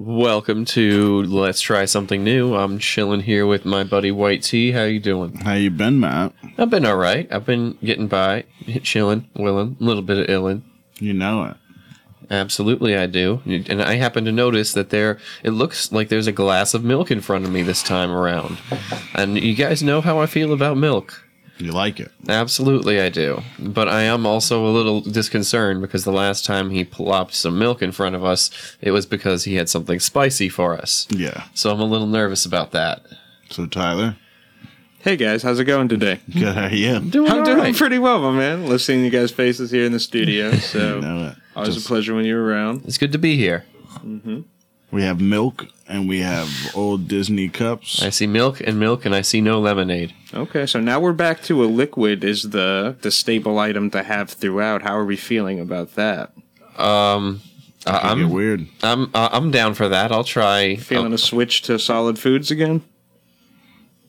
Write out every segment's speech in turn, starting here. Welcome to Let's Try Something New. I'm chilling here with my buddy White T. How you doing? How you been, Matt? I've been all right. I've been getting by, chilling, willing, a little bit of illin. You know it. Absolutely, I do. And I happen to notice that there, it looks like there's a glass of milk in front of me this time around. And you guys know how I feel about milk. You like it. Absolutely, I do. But I am also a little disconcerted because the last time he plopped some milk in front of us, it was because he had something spicy for us. Yeah. So I'm a little nervous about that. So Tyler, Hey guys, how's it going today? good. How are you? Doing I'm all doing right. pretty well, my man. Love seeing you guys' faces here in the studio. You So know it. always a Just- pleasure when you're around. It's good to be here. we have milk and we have old Disney cups. I see milk and milk, and I see no lemonade. Okay, so now we're back to a liquid is the the staple item to have throughout. How are we feeling about that? Um, I- Could get I'm weird. I'm I- I'm down for that. I'll try. Feeling a switch to solid foods again?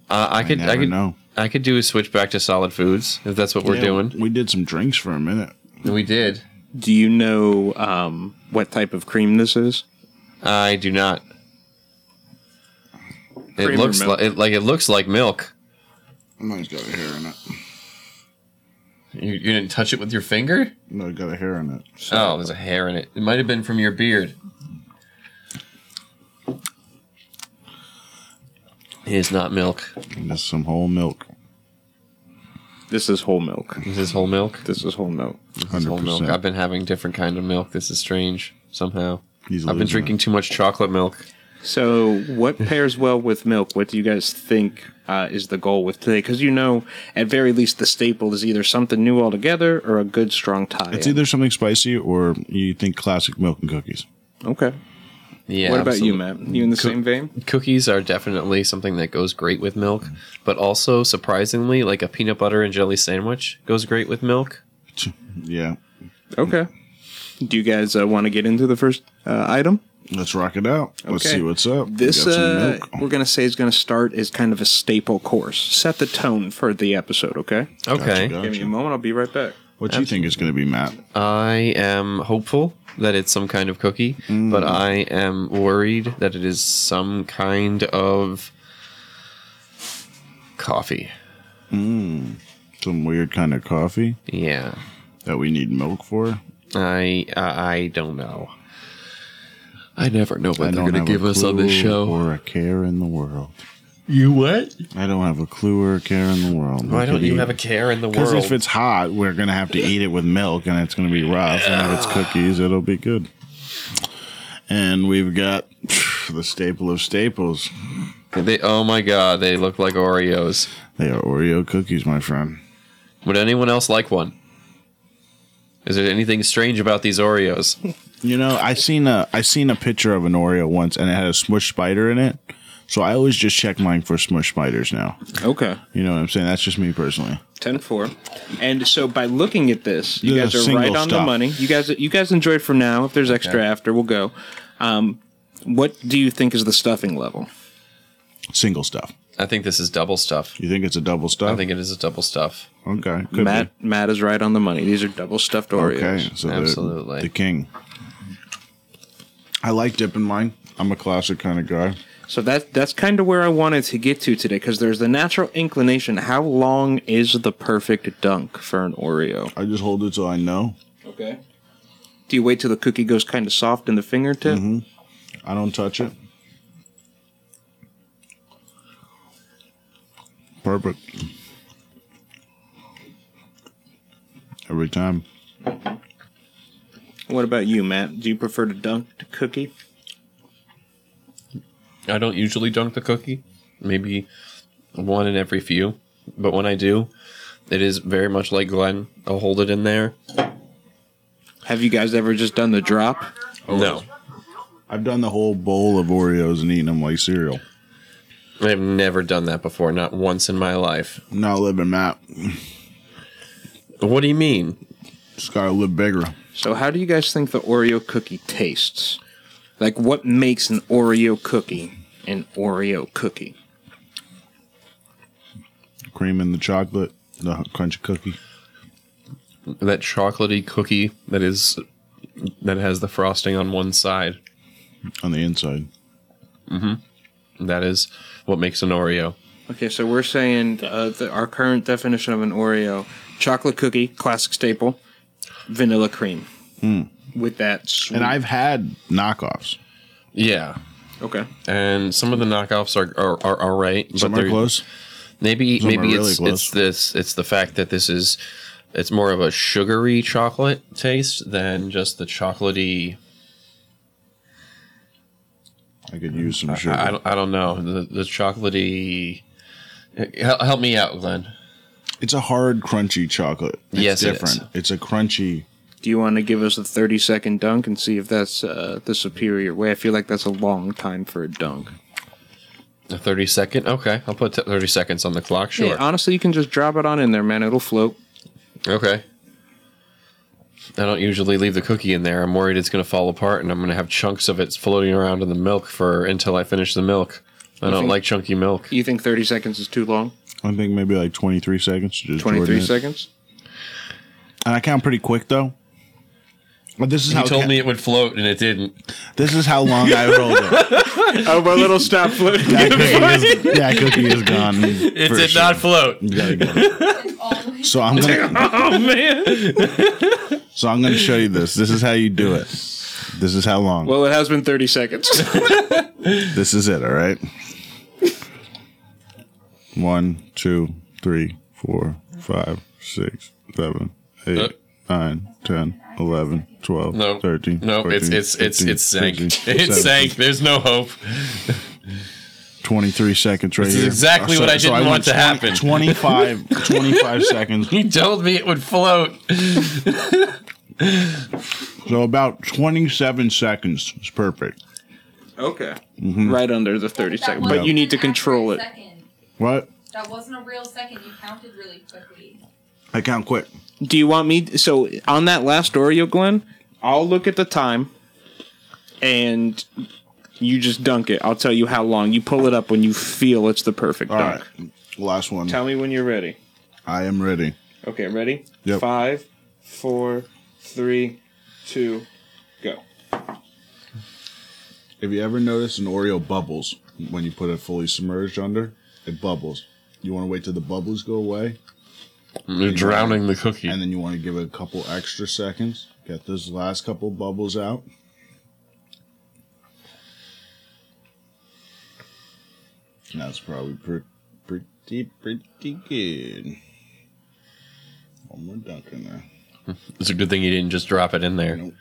Uh, I I could I, never could know. I could do a switch back to solid foods if that's what we're Yeah, doing. We did some drinks for a minute. We did. Do you know um, what type of cream this is? I do not. It Cream or looks milk? like it, like it looks like milk. Mine's got a hair in it. You, you didn't touch it with your finger? No, it got a hair in it. So Oh, there's a hair in it. It might have been from your beard. It is not milk. that's some whole milk. This is whole milk. This is whole milk. This is whole milk. This is Hundred whole milk. I've percent. been having different kind of milk. This is strange somehow. I've been drinking too much chocolate milk. So, what pairs well with milk? What do you guys think uh, is the goal with today? Because you know, at very least, the staple is either something new altogether or a good strong tie. It's either something spicy or you think classic milk and cookies. Okay. Yeah. what about absolutely. you, Matt? You in the same vein? Cookies are definitely something that goes great with milk, but also surprisingly, like a peanut butter and jelly sandwich goes great with milk. Yeah. Okay. Do you guys uh, want to get into the first uh, item? Let's rock it out. Let's Okay. see what's up. We This got some uh, milk. we're gonna say is gonna start as kind of a staple course. Set the tone for the episode. Okay. Okay. Gotcha, Give me a gotcha. moment. I'll be right back. What do you think it's going to be, Matt? I am hopeful that it's some kind of cookie, but I am worried that it is some kind of coffee. Some weird kind of coffee Yeah. that we need milk for. I I I don't know. I never know what I they're don't going have to a give us on clue this show. Or a care in the world. You what? I don't have a clue or a care in the world. Why don't you have a care in the Because world? if it's hot, we're gonna have to eat it with milk, and it's gonna be rough. And if it's cookies, it'll be good. And we've got the staple of staples. they, oh my god, they look like Oreos. They are Oreo cookies, my friend. Would anyone else like one? Is there anything strange about these Oreos? You know, I seen a I seen a picture of an Oreo once, and it had a smush spider in it. So I always just check mine for smush spiders now. Okay. You know what I'm saying? That's just me personally. 10-4. And so by looking at this, you Yeah, guys are single right on the stop. money. You guys you guys enjoy it for now. If there's extra after, we'll go. Um, what do you think is the stuffing level? Single stuff. I think this is double stuff. You think it's a double stuff? I think it is a double stuff. okay. Could Matt Matt is right on the money. These are double stuffed be. Oreos. Okay. So they're Absolutely. the king. I like dipping mine. I'm a classic kind of guy. So that that's kind of where I wanted to get to today because there's the natural inclination. How long is the perfect dunk for an Oreo? I just hold it till I know. Okay. Do you wait till the cookie goes kind of soft in the fingertip? Mm-hmm. I don't touch it. Perfect. Every time. What about you, Matt? Do you prefer to dunk to cookie? I don't usually dunk the cookie, maybe one in every few. But when I do, it is very much like Glenn. I'll hold it in there. Have you guys ever just done the drop? No, I've done the whole bowl of Oreos and eaten them like cereal. I've never done that before, not once in my life. I'm not living Matt. What do you mean? Just gotta live bigger. So, how do you guys think the Oreo cookie tastes? Like, what makes an Oreo cookie an Oreo cookie? Cream in the chocolate, the crunchy cookie. That chocolatey cookie that is that has the frosting on one side. on the inside. That is what makes an Oreo. Okay, so we're saying uh, the, our current definition of an Oreo: chocolate cookie, classic staple, vanilla cream. With that, sweet. And I've had knockoffs. Yeah. okay. And some of the knockoffs are are, are all right. Some but are they're- close. Maybe Some are maybe really it's close. it's this it's the fact that this is it's more of a sugary chocolate taste than just the chocolatey. I could use some sugar. I, I don't I don't know the the chocolatey. Help, help me out, Glenn. it's a hard, crunchy chocolate. It's Yes, it different. It's a crunchy. Do you want to give us a thirty-second dunk and see if that's uh, the superior way? I feel like that's a long time for a dunk. A thirty second. Okay, I'll put t- thirty seconds on the clock. Sure. Hey, honestly, you can just drop it on in there, man. It'll float. Okay. I don't usually leave the cookie in there. I'm worried it's going to fall apart and I'm going to have chunks of it floating around in the milk for until I finish the milk. I don't think- like chunky milk. You think thirty seconds is too long? I think maybe like 23 seconds. to Just Twenty-three Jordan it. seconds. And I count pretty quick though. But this is He how told ca- me it would float and it didn't. this is how long I rolled it. Oh, my little stop floating. That cookie is, that cookie is gone. It float. So I'm gonna. oh man. So I'm gonna show you this. This is how you do it. This is how long. Well, it has been thirty seconds. This is it, all right? One, two, three, four, five, six, seven, Uh. eight, nine, ten, eleven, twelve, No. thirteen. No, it's 14, it's it's 15, it's sank. 16, It 17, sank. There's no hope. 23 seconds right is here. Uh, exactly what I didn't went want to happen. 25, 25 seconds. He told me it would float. So about 27 seconds is perfect. okay. Right under the thirty second, but you need to control it. What? That wasn't a real second. You counted really quickly. I count quick. Do you want me? So on that last Oreo, Glenn, I'll look at the time, and you just dunk it. I'll tell you how long. You pull it up when you feel it's the perfect All dunk. right. Last one. Tell me when you're ready. I am ready. Okay, ready? Yep. Five, four, three, two, go. Have you ever noticed an Oreo bubbles when you put it fully submerged under? It bubbles. You want to wait till the bubbles go away, You're drowning the cookie. and then you want to give it a couple extra seconds. Get those last couple bubbles out. And That's probably pretty, pretty, pretty good. One more dunk in there. It's a good thing you didn't just drop it in there. Nope.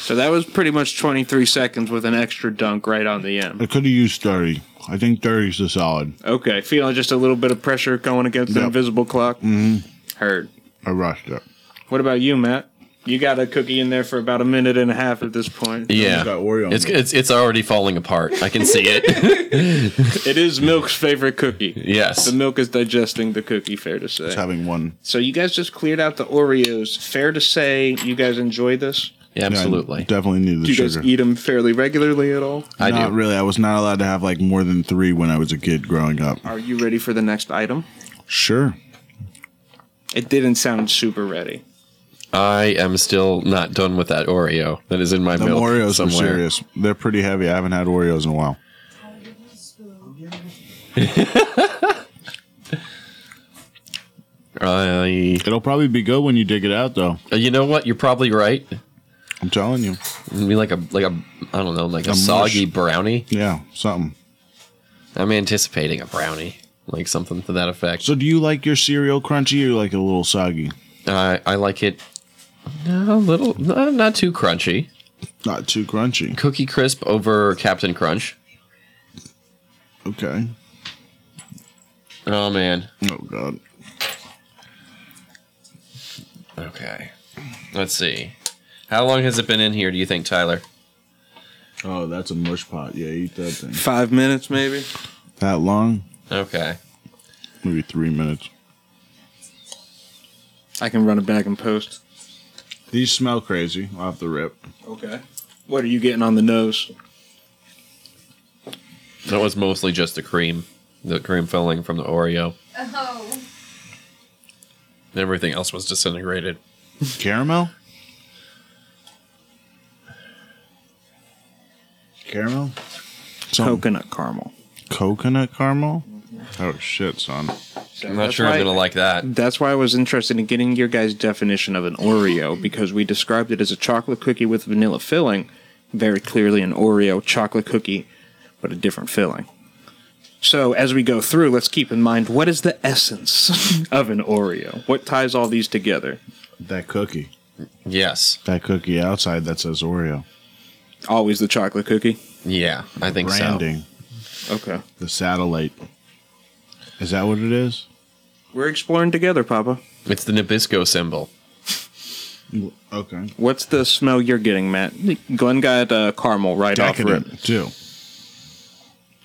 So that was pretty much 23 seconds with an extra dunk right on the end. I could have used 30. I think 30 is the solid. Okay, feeling just a little bit of pressure going against the Yep. invisible clock. Mm-hmm. Heard. I rushed it. What about you, Matt? You got a cookie in there for about a minute and a half at this point. Yeah. got Oreo on It's, it. it's it's already falling apart. I can see it. It is Milk's favorite cookie. yes. The milk is digesting the cookie, fair to say. Having one. So you guys just cleared out the Oreos. Fair to say you guys enjoy this? Yeah, Yeah, I absolutely. definitely needed the Do you sugar. guys eat them fairly regularly at all? I not do. really. I was not allowed to have like more than three when I was a kid growing up. Are you ready for the next item? Sure. It didn't sound super ready. I am still not done with that Oreo that is in my The milk Oreos somewhere. are serious. They're pretty heavy. I haven't had Oreos in a while. I, uh, It'll probably be good when you dig it out, though. you know what? You're probably right. I'm telling you. It'd be like a like a I don't know like a, soggy brownie. Yeah, something. I'm anticipating a brownie, like something to that effect. So, do you like your cereal crunchy or like a little soggy? I I like it a little not, not too crunchy. Not too crunchy. Cookie crisp over Captain Crunch. Okay. Oh man. Oh God. Okay. Let's see. How long has it been in here? Do you think, Tyler? Oh, that's a mush pot. Yeah, eat that thing. Five minutes, maybe? That long? Okay. Maybe three minutes. I can run it back and post. These smell crazy off the rip. Okay. What are you getting on the nose? That was mostly just the cream, the cream filling from the Oreo. Oh, Everything else was disintegrated. Caramel? Caramel? Some coconut caramel. Coconut caramel? Oh, shit, son. I'm not sure I'm gonna like that. That's why I was interested in getting your guys' definition of an Oreo because we described it as a chocolate cookie with vanilla filling, very clearly an Oreo chocolate cookie, but a different filling. So as we go through, let's keep in mind what is the essence of an Oreo? What ties all these together? That cookie. Yes. That cookie outside that says Oreo. Always the chocolate cookie. Yeah, I think Branding. Okay. The satellite. Is that what it is? We're exploring together, Papa. so. It's the Nabisco symbol. Okay. What's the smell you're getting, Matt? Glenn got uh, caramel right off rip. Decadent, too.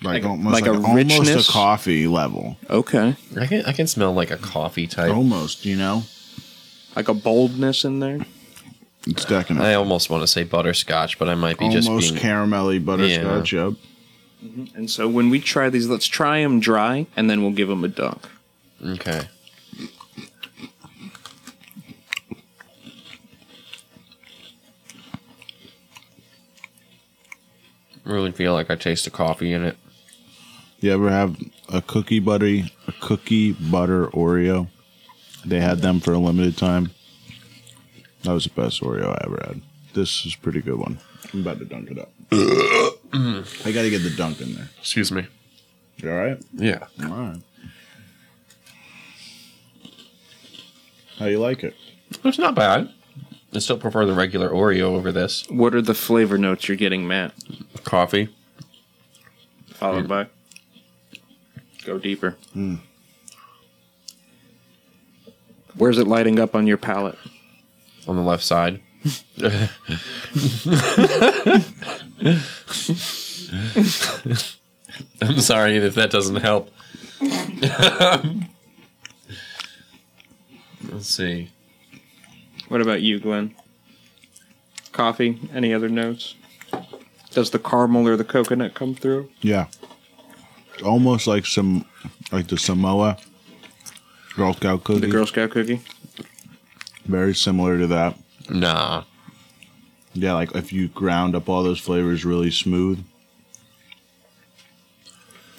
Like, Like- almost like like, a richness? almost a coffee level. Okay. I can I can smell like a coffee type. Almost, you know? Like a boldness in there. It's decadent. I almost want to say butterscotch, but I might be almost just being. caramelly butterscotch. Yep. And so when we try these, let's try them dry and then we'll give them a dunk. okay. Really feel like I taste the coffee in it. You ever have a cookie buttery, a cookie butter Oreo? They had them for a limited time. That was the best Oreo I ever had. This is a pretty good one. I'm about to dunk it up. I got to get the dunk in there. Excuse me. You all right? Yeah. All right. How you like it? It's not bad. I still prefer the regular Oreo over this. What are the flavor notes you're getting, Matt? Coffee. Followed by. Go deeper. Hmm. Where's it lighting up on your palate? on the left side. I'm sorry if that doesn't help. Let's see. What about you, Glenn? Coffee? Any other notes? Does the caramel or the coconut come through? Yeah. Almost like some, like the Samoa Girl Scout cookie. The Mm-hmm. Girl Scout cookie? Very similar to that. Nah. Yeah, like if you ground up all those flavors really smooth.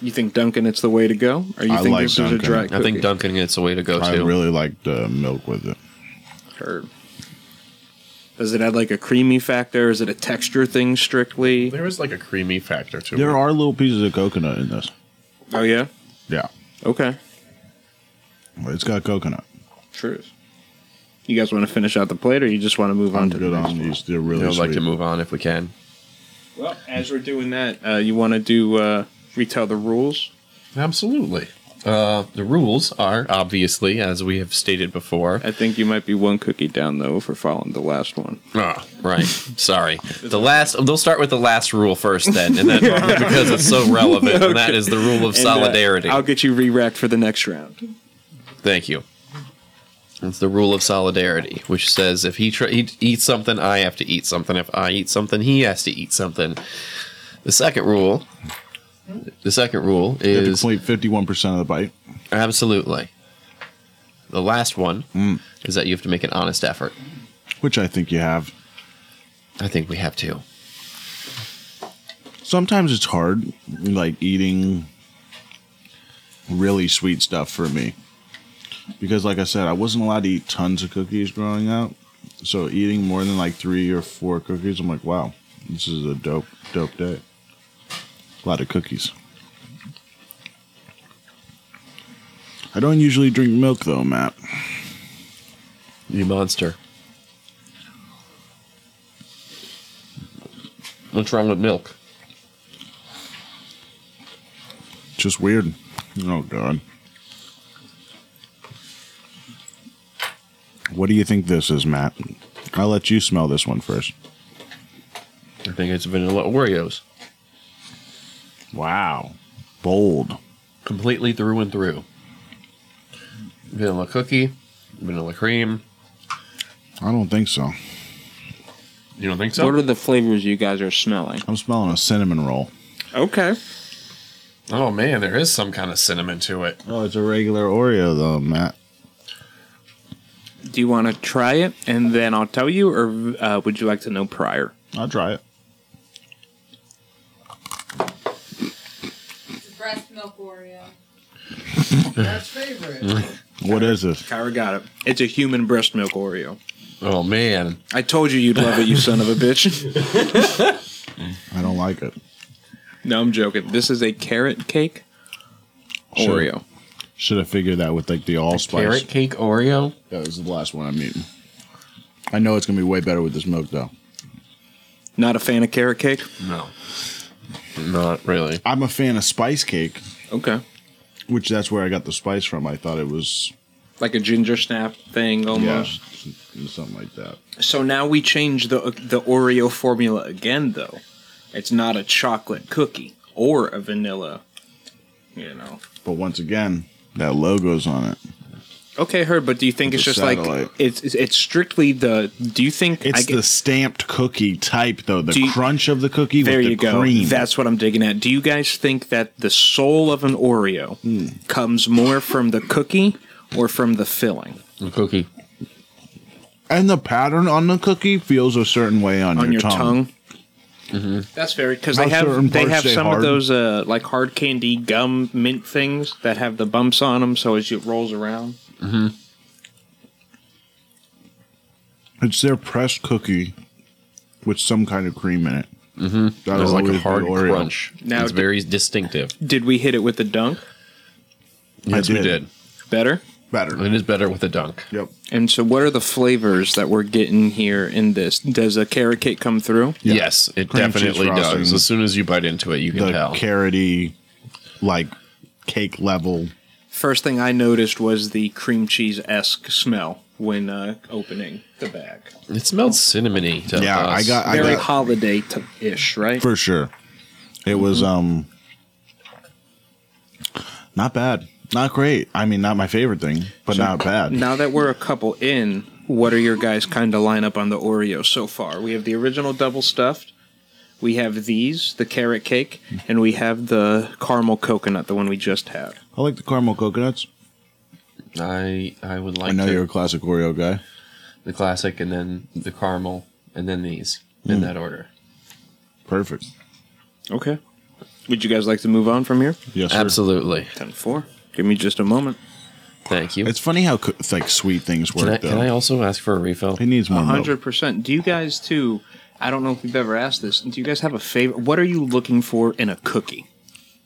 You think Dunkin' it's the way to go? Or you I think like this Dunkin'. is a dry I cookie? think dunking it's the way to go I too. really like the milk with it. Herb. Does it add like a creamy factor? Is it a texture thing strictly? there is like a creamy factor to There are little pieces of coconut in this. Oh yeah. Yeah. Okay. It's got coconut. Truth. You guys want to finish out the plate, or you just want to move on I'm to the good next on one? these. They're really I'd like sweet. to move on if we can. Well, as we're doing that, uh, you want to do uh, retell the rules. Absolutely. Uh, the rules are obviously, as we have stated before, I think you might be one cookie down though for following the last one. Ah, right. Sorry. The last. They'll start with the last rule first, then, and then because it's so relevant, and that is the rule of And, uh, solidarity. I'll get you re-racked for the next round. Thank you. It's the rule of solidarity, which says if he, tr- he eats something, I have to eat something. If I eat something, he has to eat something. The second rule. The second rule You have to is complete 51% of the bite. absolutely. The last one is that you have to make an honest effort. Which I think you have. I think we have to. Sometimes it's hard, like eating really sweet stuff for me. Because, like I said, I wasn't allowed to eat tons of cookies growing up. So, eating more than like three or four cookies, I'm like, wow, this is a dope, dope day. A lot of cookies. I don't usually drink milk though, Matt. You monster. What's wrong with milk? It's just weird. Oh, God. What do you think this is, Matt? I'll let you smell this one first. I think it's vanilla Oreos. Wow. Bold. Completely through and through. Vanilla cookie, vanilla cream. I don't think so. You don't think so? What are the flavors you guys are smelling? I'm smelling a cinnamon roll. Okay. oh man, there is some kind of cinnamon to it. Oh, it's a regular Oreo, though, Matt. Do you want to try it and then I'll tell you, or uh, would you like to know prior? I'll try it. breast milk Oreo. That's favorite. What is this? Kyra got it. It's a human breast milk Oreo. Oh man, I told you you'd love it, you son of a bitch. I don't like it. No, I'm joking. This is a carrot cake Sure. Oreo. Should have figured that with like the allspice. carrot cake Oreo. That was the last one I'm eating. I know it's gonna be way better with this milk though. Not a fan of carrot cake? No, not really. I'm a fan of spice cake, Okay. which that's where I got the spice from. I thought it was Like a ginger snap thing yeah, almost. something like that. So now we change the the Oreo formula again though. It's not a chocolate cookie or a vanilla, you know. But once again, that logo's on it. Okay, Herb, but do you think With it's the just like satellite. it's it's- it's strictly the do you think It's get- the stamped cookie type though. The Do you- crunch of the cookie There with the you go. cream. That's what I'm digging at. Do you guys think that the soul of an Oreo Hmm. comes more from the cookie or from the filling A cookie. and the pattern on the cookie feels a certain way on, on your, tongue. That's very because How they certain have they parts have stay some hard. of those uh, like hard candy gum mint things that have the bumps on them, so as it rolls around. It's their pressed cookie with some kind of cream in it. Mm-hmm. There's like a hard crunch. Now it's d- very distinctive. Did we hit it with a dunk? Yes, we did. did. Better. Better. It is better with a dunk. Yep. And so, what are the flavors that we're getting here in this? Does a carrot cake come through? Yeah. Yes, it Cream cheese definitely frosting. does. As soon as you bite into it, you can The tell. carroty, like cake level. First thing I noticed was the cream cheese esque smell when uh, opening the bag. it smells cinnamony. To Yeah, us. I got- I Very got- holiday t- ish, right? For sure. It was Mm-hmm. um not bad. Not great. I mean not my favorite thing, but not bad. Now that we're a couple in, what are your guys kind of lineup on the Oreo so far? We have the original double stuffed, we have these, the carrot cake, and we have the caramel coconut, the one we just had. I like the caramel coconuts. I I would I like know to- you're a classic Oreo guy. the classic, and then the caramel, and then these Hmm. in that order. Perfect. Okay. Would you guys like to move on from here? Yes, sir. Absolutely. 10 4. Give me just a moment. Thank you. It's funny how co- like sweet things work Can I, though. can I also ask for a refill? it needs more milk. 100%. Do you guys, too? I don't know if we've ever asked this. Do you guys have a favorite? What are you looking for in a cookie?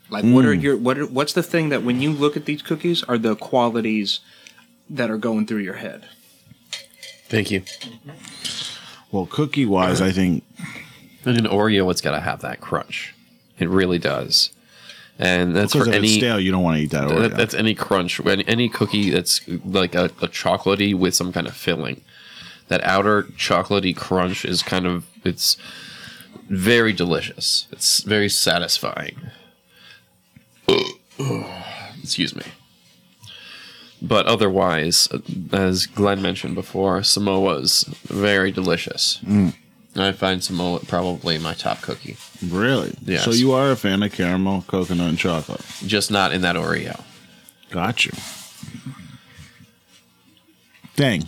Like, what Hmm. are your what? Are, what's the thing that when you look at these cookies are the qualities that are going through your head? Thank you. Well, cookie wise, I think And an Oreo, it's got to have that crunch. It really does. And that's because for if it's any stale, you don't want to eat that Oreo. that, that's any crunch, any, any cookie that's like a, a chocolatey with some kind of filling. That outer chocolatey crunch is kind of it's very delicious. It's very satisfying. Excuse me. But otherwise, as Glenn mentioned before, Samoa's very delicious. Mm. I find Samoa probably my top cookie, really? Yes. So you are a fan of caramel, coconut, and chocolate. just not in that Oreo. Got you. Dang.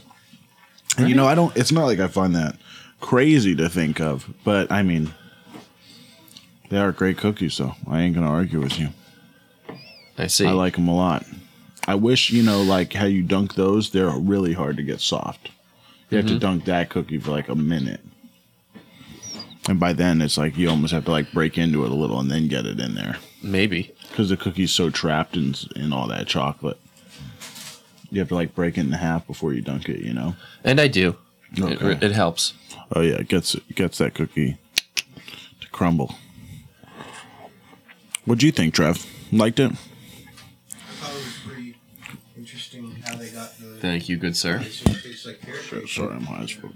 And you know, I don't. It's not like I find that crazy to think of, but I mean, they are great cookies, so I ain't gonna argue with you. I see. I like them a lot. I wish you know, like how you dunk those. They're really hard to get soft. You have to dunk that cookie for like a minute, and by then it's like you almost have to like break into it a little and then get it in there maybe. because the cookie's so trapped in in all that chocolate. You have to like break it in half before you dunk it, you know. And I do. It, Okay. it helps. Oh yeah, it gets it gets that cookie to crumble. What'd you think, Trev? Liked it? I thought it was pretty interesting how they got the. Thank you, good sir. They sort of taste like carrot cake. Sorry, I'm high as fuck.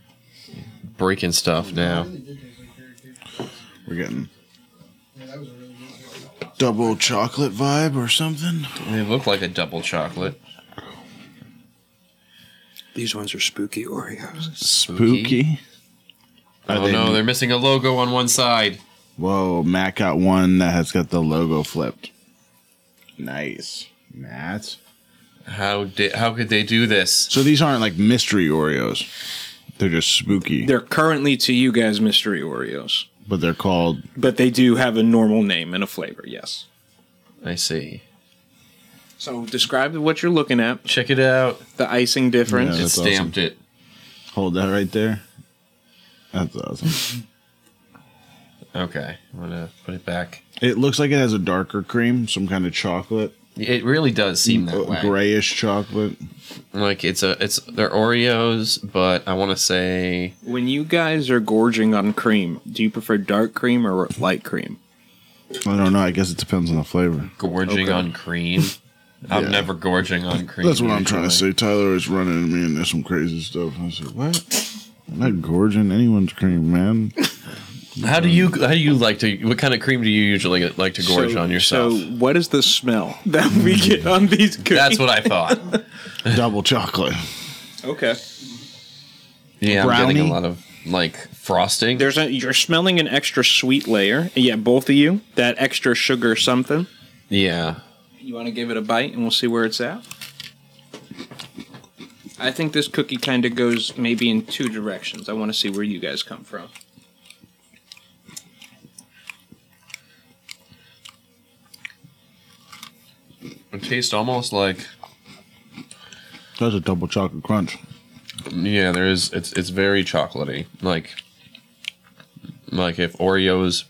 Breaking stuff now. Really did taste like carrot cake. We're getting Yeah, that was a really good one. double chocolate vibe or something. They look like a double chocolate. These ones are spooky Oreos. Spooky. Are Oh they- no, they're missing a logo on one side. Whoa, Matt got one that has got the logo flipped. Nice, Matt. How did? How could they do this? So these aren't like mystery Oreos. They're just spooky, They're currently to you guys mystery Oreos, but they're called but they do have a normal name and a flavor. Yes. I see. So describe what you're looking at, Check it out. the icing difference. Yeah. It That's stamped it. Hold that right there. That's awesome. Okay, I'm gonna put it back. it looks like it has a darker cream, some kind of chocolate, It really does seem Oh, that way. grayish chocolate. Like it's a it's they're Oreos, but I want to say When you guys are gorging on cream, do you prefer dark cream or light cream? I don't know. I guess it depends on the flavor. gorging Okay. on cream. I'm Yeah. never gorging on cream. That's what I'm trying to usually. say. Tyler is running at me into some crazy stuff. I said, "What? I'm not gorging anyone's cream, man." How do you how do you like to? What kind of cream do you usually like to gorge So- on yourself? So, what is the smell that we get on these cookies? That's what I thought. Double chocolate. Okay. Yeah, I'm getting Brownie? a lot of like frosting. There's a you're smelling an extra sweet layer. Yeah, both of you. That extra sugar something. yeah, You want to give it a bite and we'll see where it's at. I think this cookie kind of goes maybe in two directions. I want to see where you guys come from. it tastes almost like That's a double chocolate crunch. yeah. There is it's it's very chocolatey. Like like if Oreos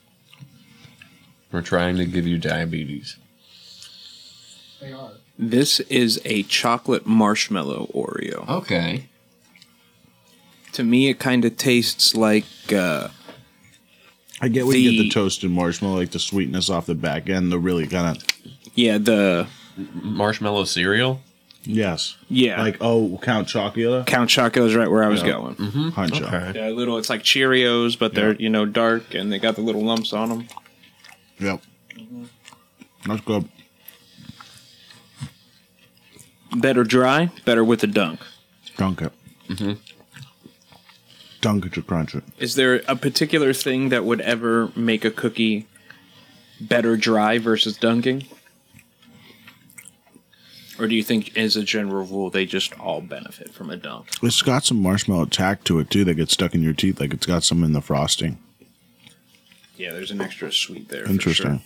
were trying to give you diabetes. They are. This is a chocolate marshmallow Oreo. Okay. To me, it kind of tastes like uh, I get when you get The- the toasted marshmallow, like the sweetness off the back end, the really kind of yeah the Marshmallow cereal. yes, yeah like oh Count Chocula, Count Choco is right where I was Yeah. going. Mm-hmm. Huncho. Yeah, little. It's like Cheerios, but they're Yeah. you know dark and they got the little lumps on them. Yep, that's good. Better dry, better with a dunk. Dunk it. Mm-hmm. Dunk it to crunch it. Is there a particular thing that would ever make a cookie better dry versus dunking? Or do you think, as a general rule, they just all benefit from a dunk? It's got some marshmallow tack to it too that gets stuck in your teeth, like it's got some in the frosting. Yeah, there's an extra sweet there. for sure. Interesting.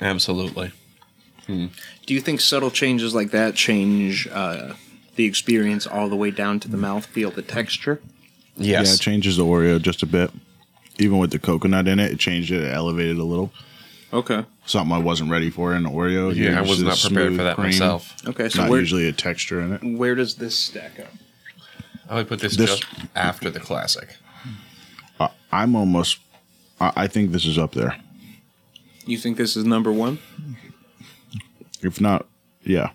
Absolutely. Do you think subtle changes like that change uh, the experience all the way down to the mouthfeel, the texture? Yeah, it Yes. changes the Oreo just a bit. Even with the coconut in it, it changed it, it elevated a little. Okay. Something I wasn't ready for in an Oreo. Yeah, I Just was this not prepared smooth for that cream. myself. Okay, so Not where, usually a texture in it. where does this stack up? I would put this, This- just after the classic. I, I'm almost. I, I think this is up there. You think this is number one? If not, yeah,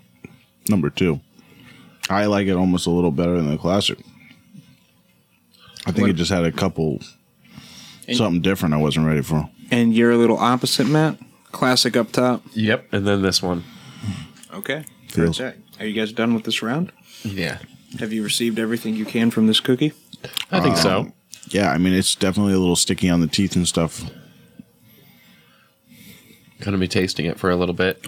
number two. I like it almost a little better than the classic. I think What- it just had a couple And- something different I wasn't ready for. And you're a little opposite, Matt. Classic up top. Yep. And then this one. Okay. Feels- Fair check. Are you guys done with this round? Yeah. Have you received everything you can from this cookie? I think so. Yeah, I mean it's definitely a little sticky on the teeth and stuff. Gonna be tasting it for a little bit.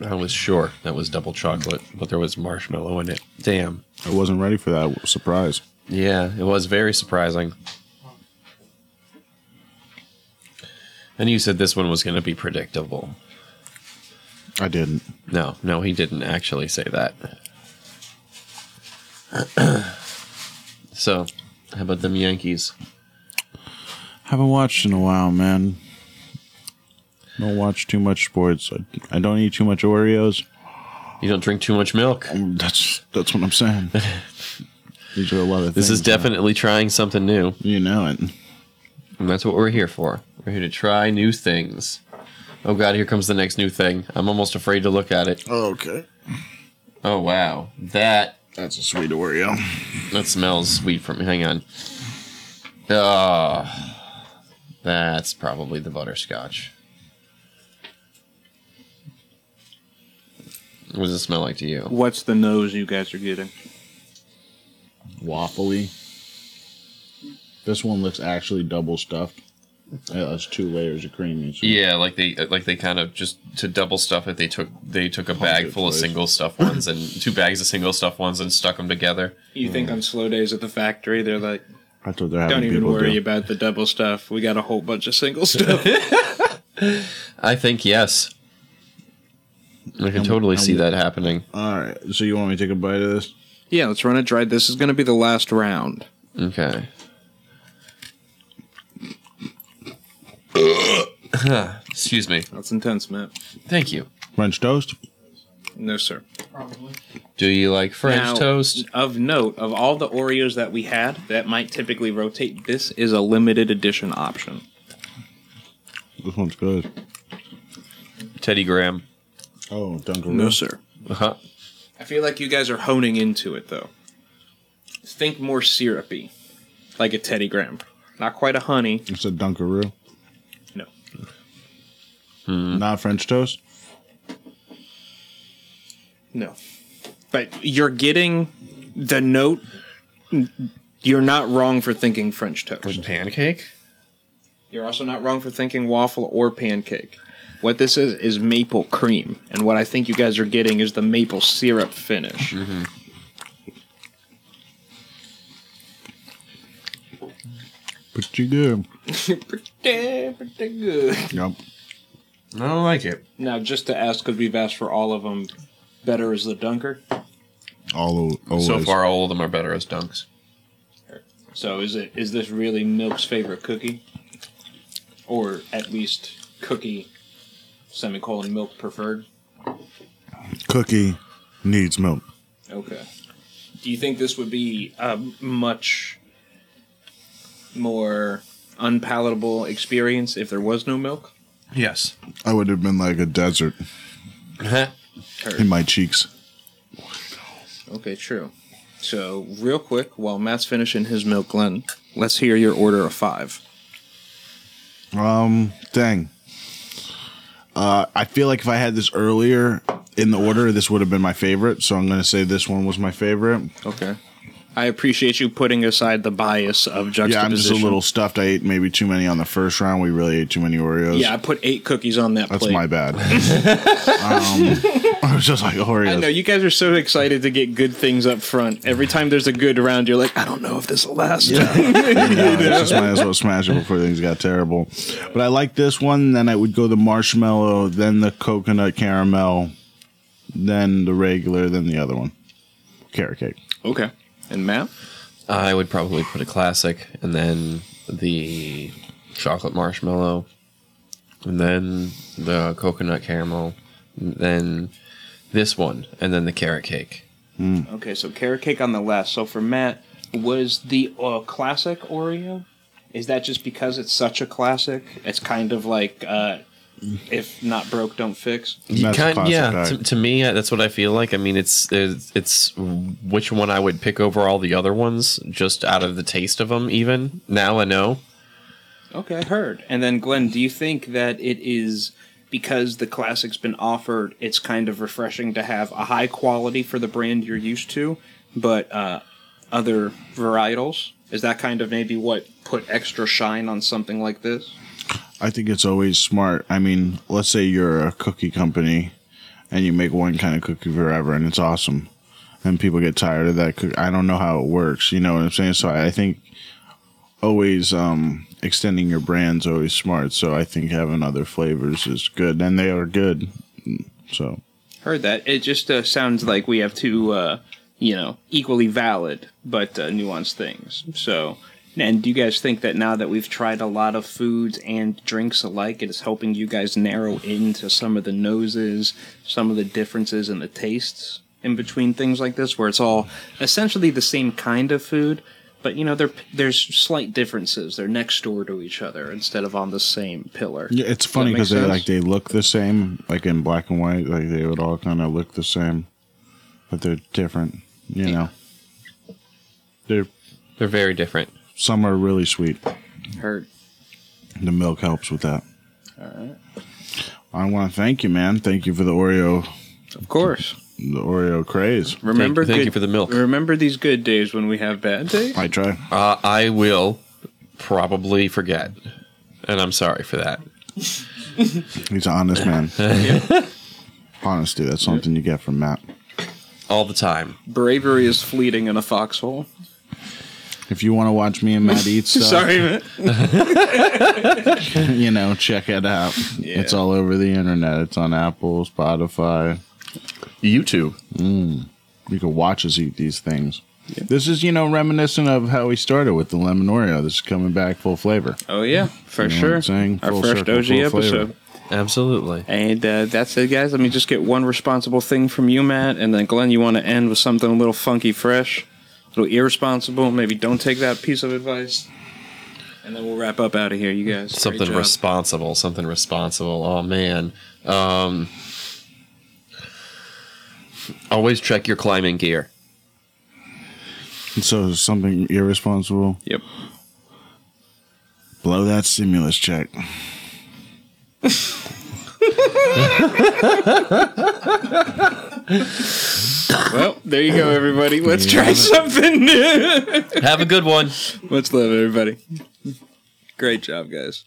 I was sure that was double chocolate, but there was marshmallow in it. Damn. I wasn't ready for that surprise. Yeah, it was very surprising. And you said this one was going to be predictable. I didn't. No, no, he didn't actually say that. so, how about them Yankees? Haven't watched in a while, man. Don't watch too much sports. I, I don't eat too much Oreos. You don't drink too much milk. That's that's what I'm saying. These are a lot of This things. is definitely trying something new, You know it. and that's what we're here for. We're here to try new things. Oh god, here comes the next new thing. I'm almost afraid to look at it. Okay. Oh wow. That That's a sweet Oreo. that smells sweet from hang on. Ah. that's probably the butterscotch. What does it smell like to you? What's the nose you guys are getting? Waffly. This one looks actually double stuffed. It has two layers of cream. each. Yeah, like they like they kind of just to double stuff it. They took they took a bag Hundred full of ways. single stuff ones and two bags of single stuff ones and stuck them together. You think on slow days at the factory, they're like, I thought they're having Don't even people worry do. about the double stuff. We got a whole bunch of single stuff. I think yes. I can totally see that happening. All right. So you want me to take a bite of this? yeah, let's run it dry. This is going to be the last round. Okay. Excuse me. That's intense, Matt. Thank you. French toast. No, sir. Probably. Do you like French Now, toast? Of note, of all the Oreos that we had that might typically rotate, this is a limited edition option. This one's good. Teddy Graham. Oh, Dunkaroos. No, sir. Uh-huh. I feel like you guys are honing into it, though. Think more syrupy, like a Teddy Graham. Not quite a honey. It's a Dunkaroo. No. Mm. Not French toast. No. But you're getting the note. You're not wrong for thinking French toast. Pancake? You're also not wrong for thinking waffle or pancake. What this is is maple cream, and what I think you guys are getting is the maple syrup finish. Pretty good. pretty, pretty good. Yep. I don't like it. Now, just to ask, because we've asked for all of them, better is the dunker. All o- always. So far, all of them are better as dunks. So, is it is this really Milk's favorite cookie, or at least cookie semicolon milk preferred? Cookie needs milk. Okay. Do you think this would be a much more unpalatable experience if there was no milk? Yes. I would have been like a desert Uh-huh. in my cheeks. Okay, true. So, real quick, while Matt's finishing his milk, Glenn, let's hear your order of five. Um, dang. Uh, I feel like if I had this earlier in the order, this would have been my favorite. So I'm going to say this one was my favorite. Okay. I appreciate you putting aside the bias of juxtaposition. Yeah, I'm just a little stuffed. I ate maybe too many on the first round. We really ate too many Oreos. Yeah, I put eight cookies on that That's plate. my bad. um, I was just like Oreos. I know you guys are so excited to get good things up front. Every time there's a good round, you're like, I don't know if this will last. Yeah, I just might as well smash it before things got terrible. But I like this one. Then I would go the marshmallow, then the coconut caramel, then the regular, then the other one, carrot cake. okay. And Matt? I would probably put a classic and then the chocolate marshmallow and then the coconut caramel and then this one and then the carrot cake. Okay, so carrot cake on the left. So for Matt, was the uh, classic Oreo? Is that just because it's such a classic? It's kind of like uh, if not broke, don't fix. That's Kind- classic yeah, diet. to, to me uh, that's what I feel like. I mean, it's, it's it's which one I would pick over all the other ones just out of the taste of them. Even now, I know. Okay, heard. And then Glenn, do you think that it is because the classic's been offered? It's kind of refreshing to have a high quality for the brand you're used to, but uh, other varietals. Is that kind of maybe what put extra shine on something like this? I think it's always smart. I mean, let's say you're a cookie company and you make one kind of cookie forever and it's awesome. And people get tired of that cookie. I don't know how it works. You know what I'm saying? So I I think always um, extending your brand's always smart. So I think having other flavors is good. And they are good. So Heard that. It just uh, sounds like we have two, uh, you know, equally valid but uh, nuanced things. So, and do you guys think that now that we've tried a lot of foods and drinks alike, it is helping you guys narrow into some of the noses, some of the differences in the tastes in between things like this, where it's all essentially the same kind of food, but you know, there there's slight differences. They're next door to each other instead of on the same pillar. yeah, it's funny make because they sense? like they look the same, like in black and white. Like they would all kind of look the same, but they're different. You know, they're They're very different. Some are really sweet. Heard. The milk helps with that. All right. I want to thank you, man. Thank you for the Oreo, Of course. the Oreo craze. Remember, thank you good- for the milk. Remember these good days when we have bad days. I try. Uh, I will probably forget, and I'm sorry for that. He's an honest man. Honesty, that's something you get from Matt. All the time. Bravery is fleeting in a foxhole. If you want to watch me and Matt eat stuff, Sorry, man. you know, check it out. Yeah. It's all over the internet. It's on Apple, Spotify. YouTube. You can watch us eat these things. This is, you know, reminiscent of how we started with the lemon Oreo. This is coming back full flavor. Oh yeah, for know what sure. I'm saying? Our Full first circle, OG full episode. flavor. Absolutely. And uh, that's it, guys. Let me just get one responsible thing from you, Matt, and then Glenn. You want to end with something a little funky, fresh, a little irresponsible. Maybe don't take that piece of advice. And then we'll wrap up out of here, you guys. Great something job. responsible. Something responsible. Oh man. Um, always check your climbing gear. So something irresponsible. Yep. Blow that stimulus check. Well, there you go, everybody. Let's try something new. Have a good one. Let's live, everybody. Great job, guys.